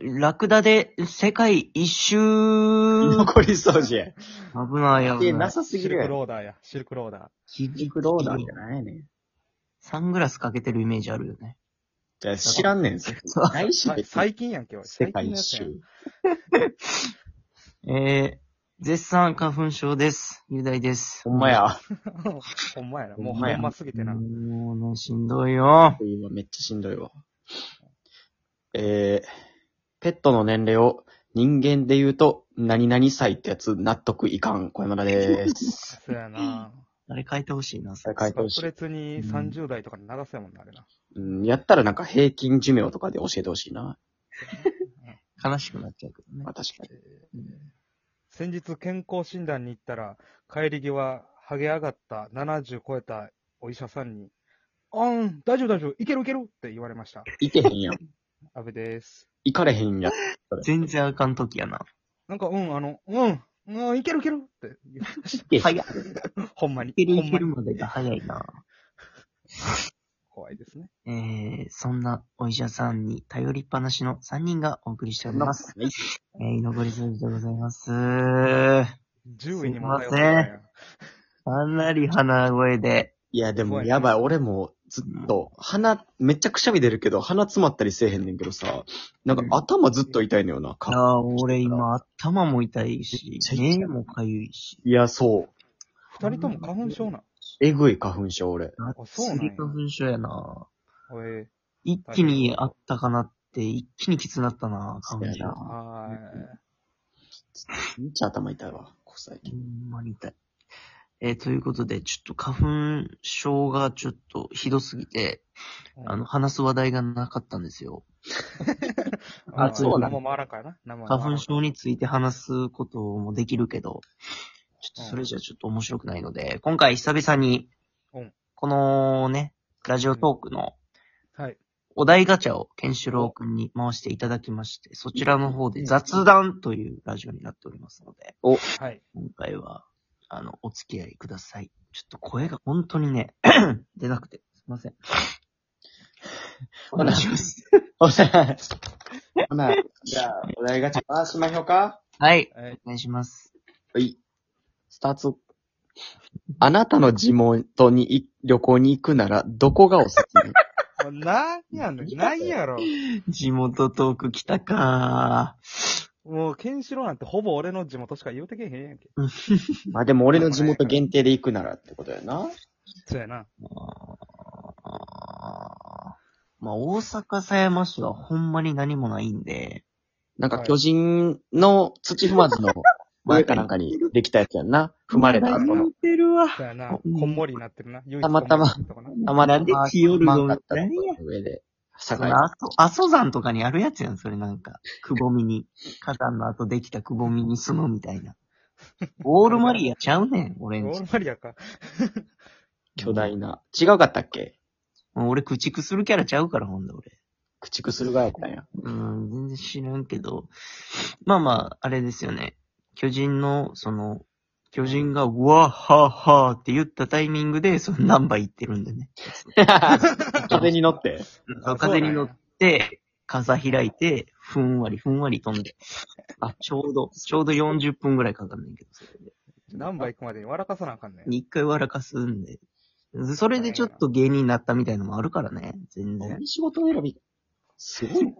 ラクダで世界一周。残り掃除や。危ないや え、危な。ないさすシぎルるクやローダーや、シルクローダん。シルクローダーじゃないねん。サングラスかけてるイメージあるよね。いや知らんねん、それそうないし、ー。別に。最近やんけ、おい世界一最近のや周。 えー、絶賛花粉症です。雄大です。ほんまや。つやん ほんまやな。もほうんほまやんますぎてな。もうね、しんどいよ。今めっちゃしんどいわ。えー、ペットの年齢を人間で言うと、何々歳ってやつ、納得いかん。小山田で ーす。そうやな。あれ変えてほしいな。それ書いてほし特い。別に30代とかに流すやもんな、あれな。うん、やったらなんか平均寿命とかで教えてほしいな。悲しくなっちゃうけどねま。あ確かに。先日健康診断に行ったら、帰り際、ハゲ上がった70超えたお医者さんに、あん、大丈夫大丈夫、いけるいけるって言われました。行けへんやん。安部です。行かれへんやん。全然あかん時やな。なんか、うん、あの、うん、うん、いけるいけるって 言う。早い。ほんまに。いけるほいんけまるにまでが早いな。怖いですね。えー、そんなお医者さんに頼りっぱなしの3人がお送りしております。はいえー、居残り掃除でございます。か10位にも頼ってないやんなり鼻声で。いや、でそうも、やねやばい。俺も、ずっと、鼻、めっちゃくしゃみ出るけど、鼻詰まったりせえへんねんけどさ、なんかうん頭ずっと痛いのよいな。やかー、俺今頭も痛いし、めっちゃ痛い目もかゆいし。いや、そう。二人とも花粉症な。えぐい花粉症、俺。あそうなんや花粉症やな。おい、一気にあったかなって、一気にきつなったな、花粉そう症。やなほはめっちゃ頭痛いわ、ここ最 近。んまに痛い。えーということで、ちょっと花粉症がちょっとひどすぎて、ーい。あの、話す話題がなかったんですよ。ああそうなん何も回らんからな。何も回らん花粉症について話すこともできるけど、ちょっとそれじゃちょっと面白くないので、今回久々にうん、このね、ラジオトークのはい。お題ガチャをケンシロウくんに回していただきまして、そちらの方で雑談というラジオになっておりますので、はい。今回は、あの、お付き合いください。ちょっと声が本当にね、 出なくて、すいません。お願いします。お題。ほな、じゃあ、お題ガチャ回しましょうか。はい、えお願いします。はい。スタート。あなたの地元にい旅行に行くなら、どこがおすすめー、なんやねん。なんやろ。地元トーク来たかもう、ケンシロウなんてほぼ俺の地元しか言うてけへんやんけ。 まあでも俺の地元限定で行くならってことやな。そうやな。あーまあ、大阪狭山市はほんまに何もないんで、なんか巨人の土踏まずの前かなんかにできたやつやんな。踏まれた後言のう。てるわ。そうやな。こうんんもりになってるな。唯一たまたまこんもりになってるとこなたまなんでピヨルマのンだったとこ何やの上で、そ境の阿蘇阿蘇山とかにあるやつやん、それなんか。くぼみに。火山の後できたくぼみに住むみたい な。オールマリアちゃうねん、俺んオーちル。マリアか。巨大な。違うかったっけもう俺、駆逐するキャラちゃうから、ほんで俺。駆逐する側やった んや。うん、全然知らんけど。まあまあ、あれですよね。巨人の、その、巨人が、うわっはっはーって言ったタイミングで、そのナンバー行ってるんでね。風に乗って。風に乗って、傘開いて、ふんわりふんわり飛んで。あ、ちょうど、ちょうど40分ぐらいかかんねんけど、それで。ナンバー行くまでに笑かさなあかんねん。に一回笑かすんで。それでちょっと芸人になったみたいのもあるからね、全然。仕事選び。すごいな。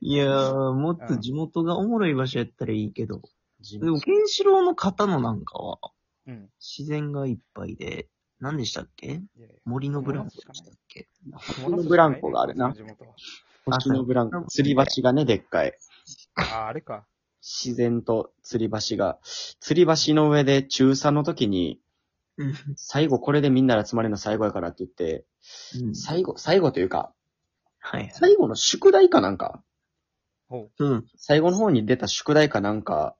いやー、もっと地元がおもろい場所やったらいいけど。自でも、ケンシロウの方のなんかは、うん。自然がいっぱいで、何でしたっけいやいや森のブランコでしたっけ星のブランコがあるな地。元は星のブランコ。吊り橋がね、でっかい。あ、あれか。自然と吊り橋が。吊り橋の上で中3の時に、うん最後これでみんなで集まれるの最後やからって言って、うん最後、最後というか、はい。最後の宿題かなんか、ほうん。最後の方に出た宿題かなんか、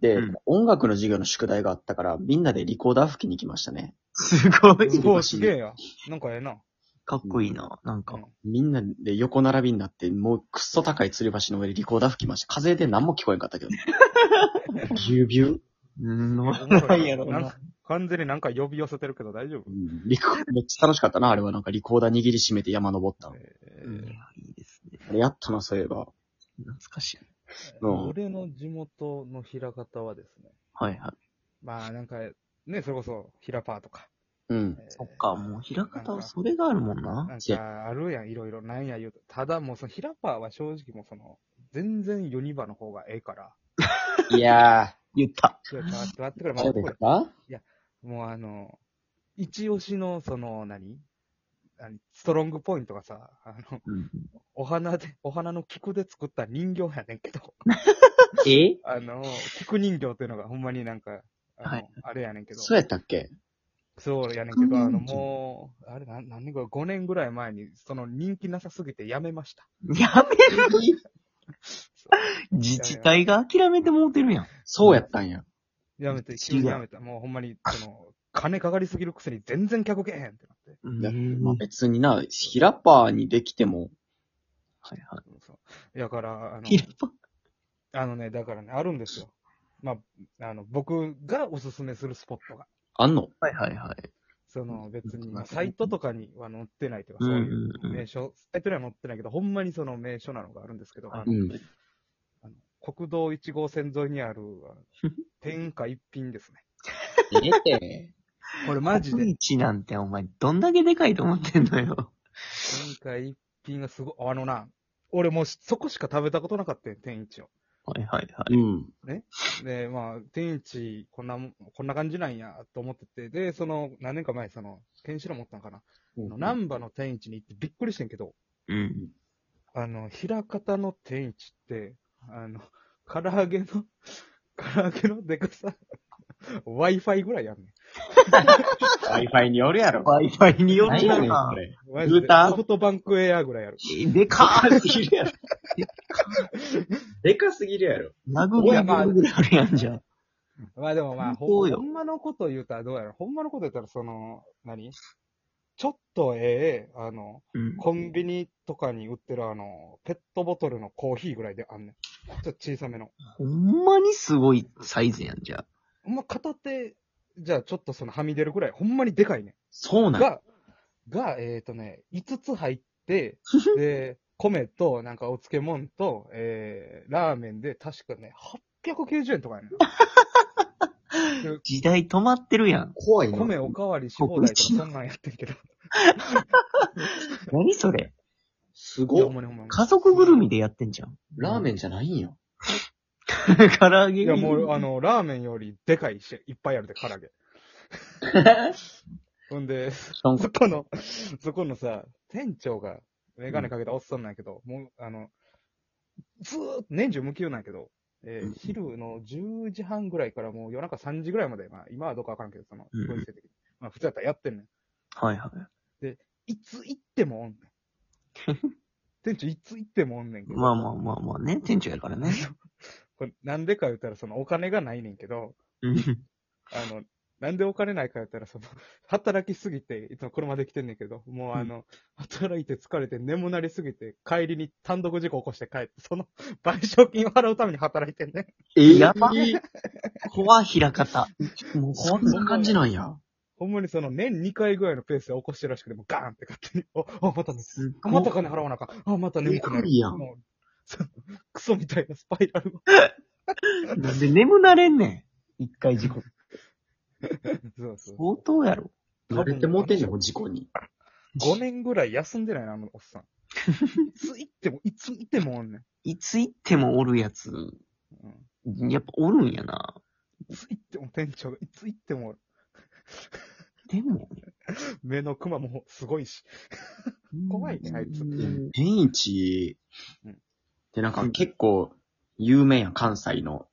で、うん音楽の授業の宿題があったから、みんなでリコーダー吹きに行きましたね。すごう。い。すごい、すげえや。なんかええな。かっこいいな、なんか。みんなで横並びになって、もうくっそ高い吊り橋の上でリコーダー吹きました。風で何も聞こえんかったけど。ビュービュー。うん、おなもろやろうなんなか。完全になんか呼び寄せてるけど大丈夫うんリコめっちゃ楽しかったな、あれは。なんかリコーダー握りしめて山登ったの。えうんいーやいいれやったな、そういえば。懐かしい。うん俺の地元の平方はですね、はいはい。まあなんか、ね、それこそ、平パーとか。うん。えーそっか、もう平方なはんかそれがあるもんなな。んか、あるやん、いろいろ、なんや言うと。ただもう、その、ヒラパーは正直もうその、全然ヨニバの方がええから。いや言った。ちょっと待って、待ってく れ、ー、そ待うっでてすくれ。かもうあの、一押しの、その、何何ストロングポイントがさ、あの、うん。お花で、お花の菊で作った人形やねんけど、えあの、菊人形っていうのがほんまになんか、あの、はいあれやねんけど、そうやったっけそうやねんけど、あの、菊人形もう、あれ何、何年ぐらい、5年ぐらい前に、その人気なさすぎてやめました。やめる自治体が諦めてもうてるやん。そうやったんや。やめて、違う急にやめた。もうほんまに、その、金かかりすぎるくせに全然客けへんってなって。うんやまはあい別にな、ヒラパーにできても、はそう。だから、あのい。、平方あのね、だからね、あるんですよ。まあ、あの、僕がおすすめするスポットが。あんのはいはいはい。その、別に、うんまあサイトとかには載ってないというか、うそんうういうんうん。名所、サイトには載ってないけど、ほんまにその名所なのがあるんですけど、うあうのん。国道1号線沿いにある、 あの天下一品ですね。ええこれマジで、国一なんてお前、どんだけでかいと思ってんのよ。天下一品がすごい、あのな、俺もうそこしか食べたことなかったよ、天一を。はいはいはうい。ん。で、まあ、天一、こんなもん、こんな感じなんや、と思ってて、で、その、何年か前、その、ケンシロウ持ったんかな。あの難波の天一に行ってびっくりしてんけど、うん。あの、平方の天一って、あの、唐揚げの、 唐揚げのでかさ、Wi-Fi ぐらいやんねん。 Wi-Fi によるやろ。 Wi-Fi によっ何ちゃやうねん、なそ。れ。マジで言うたソフトバンクエアぐらいやる。でかーすぎるやろ。 でかすぎるやろ。殴り合うぐらいあるやんじゃん。まあでもまあ、ほそうよほんまのこと言うたらどうやろ。ほんまのこと言ったら、その、何ちょっとええ、あの、うんコンビニとかに売ってるあの、ペットボトルのコーヒーぐらいであんねん。ちょっと小さめの。ほんまにすごいサイズやんじゃん。ほんま片手、じゃあちょっとそのはみ出るぐらい、ほんまにでかいね。そうんなんが、が、えっ、とね、5つ入 って、で、米と、なんかお漬物と、えー、ラーメンで、確かね、890円とかやねん。時代止まってるやん。怖いな。米おかわりし放題とかそんなんやってんけど。何それすいやごほんい。まにほんまに家族ぐるみでやってんじゃん。ラーメンじゃないんよ。 唐揚げいがやいるもう、あの、ラーメンよりでかいし、いっぱいあるで、唐揚げ。ほんで、なんかそこの、そこのさ、店長が、メガネかけたおっさんなんやけど、もう、あの、ずーっと年中無休なんやけど、えーうん昼の10時半ぐらいからもう夜中3時ぐらいまで、まあ、今はどうかわからんけど、その、うんうんご時世的に。まあ、普通やったらやってんねん。はいはい。いつ行ってもおんねん。 店長いつ行ってもおんねんけど。まあまあまあまあね、店長やからね。これなんでか言ったら、その、お金がないねんけど、うんあの、なんでお金ないかやったら、その、 働きすぎて、いつも車で来てんねんけど、もうあの、働いて疲れて眠なりすぎて、帰りに単独事故起こして帰って、その、 賠償金を払うために働いてんねん。えやば怖い平方。もうこんな感じなんや。ほんまにその、年2回ぐらいのペースで起こしてるらしくて、もうガーンって勝手に、お、あ、またね、すっあ、ごまいた。金払わなあかん、あ、また眠くでなかる。いやんもう、その クソみたいなスパイラルを。なんで眠なれんねん。一回事故。そう そう。相当やろ。慣れてもうてんねん、もう事故に。 5年ぐらい休んでないな、あのおっさん。いつ行っても、いつ行ってもおんねん。いつ行ってもおるやつ、うんやっぱおるんやな。いつ行っても店長が、いつ行ってもおる、でも、目のクマもすごいし。怖いねあいつうん天一うんってなんか結構有名やん、関西の。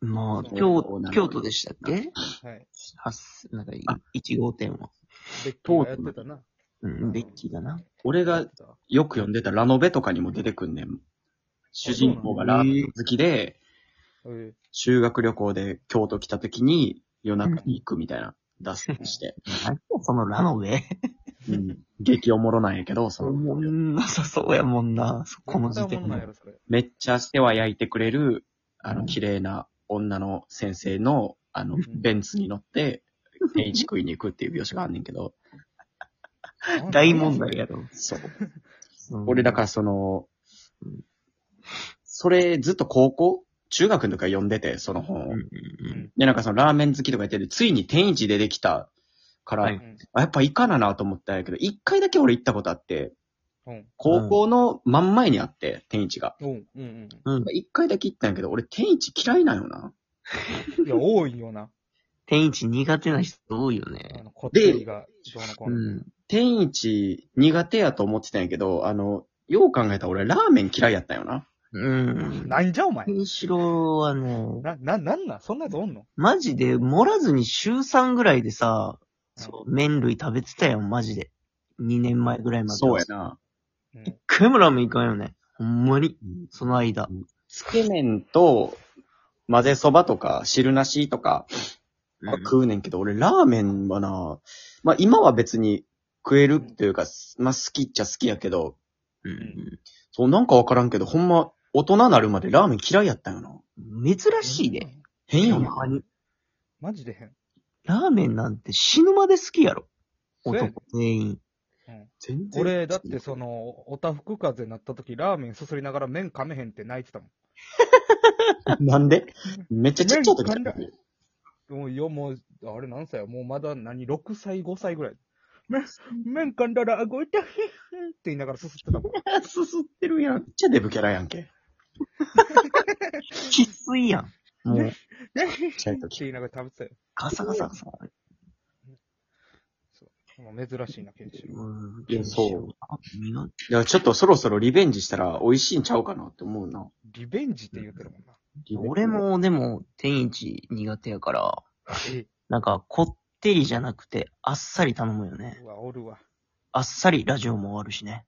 まあ、そう京こうな都、る京都でしたっけはい。はっす、なんか、い1号店は。デッキがやってたな。うん、デッキだな。俺がよく読んでたラノベとかにも出てくんねん。主人公がラーメン好きで、うん修学旅行で京都来た時に夜中に行くみたいな、出すして。何やそのラノベ。うん。激おもろなんやけど、そその、んなさそうやもんな、そこの時絶対点おもんないで。やろそれめっちゃ世話焼いてくれる、あの、綺麗な女の先生の、あの、んベンツに乗って、天一食いに行くっていう描写があんねんけど、 大問題やろ。そう。うん俺だからその、それずっと高校中学とか読んでて、その本を。うんで、なんかそのラーメン好きとか言ってて、ついに天一出てきたから、はういん。あやっぱ行かななと思ったんやけど、一回だけ俺行ったことあって、うん。高校の真ん前にあって、天一が。うん。うん。うん。うん。一回だけ行ったんやけど、俺天一嫌いなんよな。いや、多い よな。天一苦手な人多いよあね。の、こってりが、どうのこううの。ん。天一苦手やと思ってたんやけど、あの、よう考えたら俺ラーメン嫌いやったんよな。うん。なんじゃお前。ケンシロウはね、な、な、なんなんそんなやつおんのマジで、盛らずに週3ぐらいでさ、そう、麺類食べてたやん、マジで。2年前ぐらいまで。そうや。な。うん。一回もラーメン行かんよね。ほんまに。その間。つけ麺と混ぜそばとか汁なしとかは食うねんけど、俺ラーメンはな、まあ今は別に食えるっていうか、まあ好きっちゃ好きやけど、うんそうなんかわからんけど、ほんま大人なるまでラーメン嫌いやったんよな。うん珍しいで。変よほんな。まにマジで変。ラーメンなんて死ぬまで好きやろ。そうやね男全員。全然。俺、だってその、おたふく風邪になった時、ラーメンすすりながら麺噛めへんって泣いてたも なんでめっちゃちっちゃい時だ麺っ噛たん。ん。もうよ、もう、あれ何歳やもうまだ何 ?6 歳、5歳ぐらい。麺、麺噛んだら顎痛いって言いながらすすってたもん。すすってるやん。めっちゃデブキャラやんけ。きついやん。もう、ちゃいって時言いながら食べてたよ。ガサガサガサ。もう珍しいな、ケンシロウうん。いやそうあ。苦いや、ちょっとそろそろリベンジしたら美味しいんちゃうかなって思うな。リベンジって言ってるもんな。手俺。も、でも、天一苦手やから、えなんか、こってりじゃなくて、あっさり頼むよね。うわ、おるわ。あっさりラジオも終わるしね。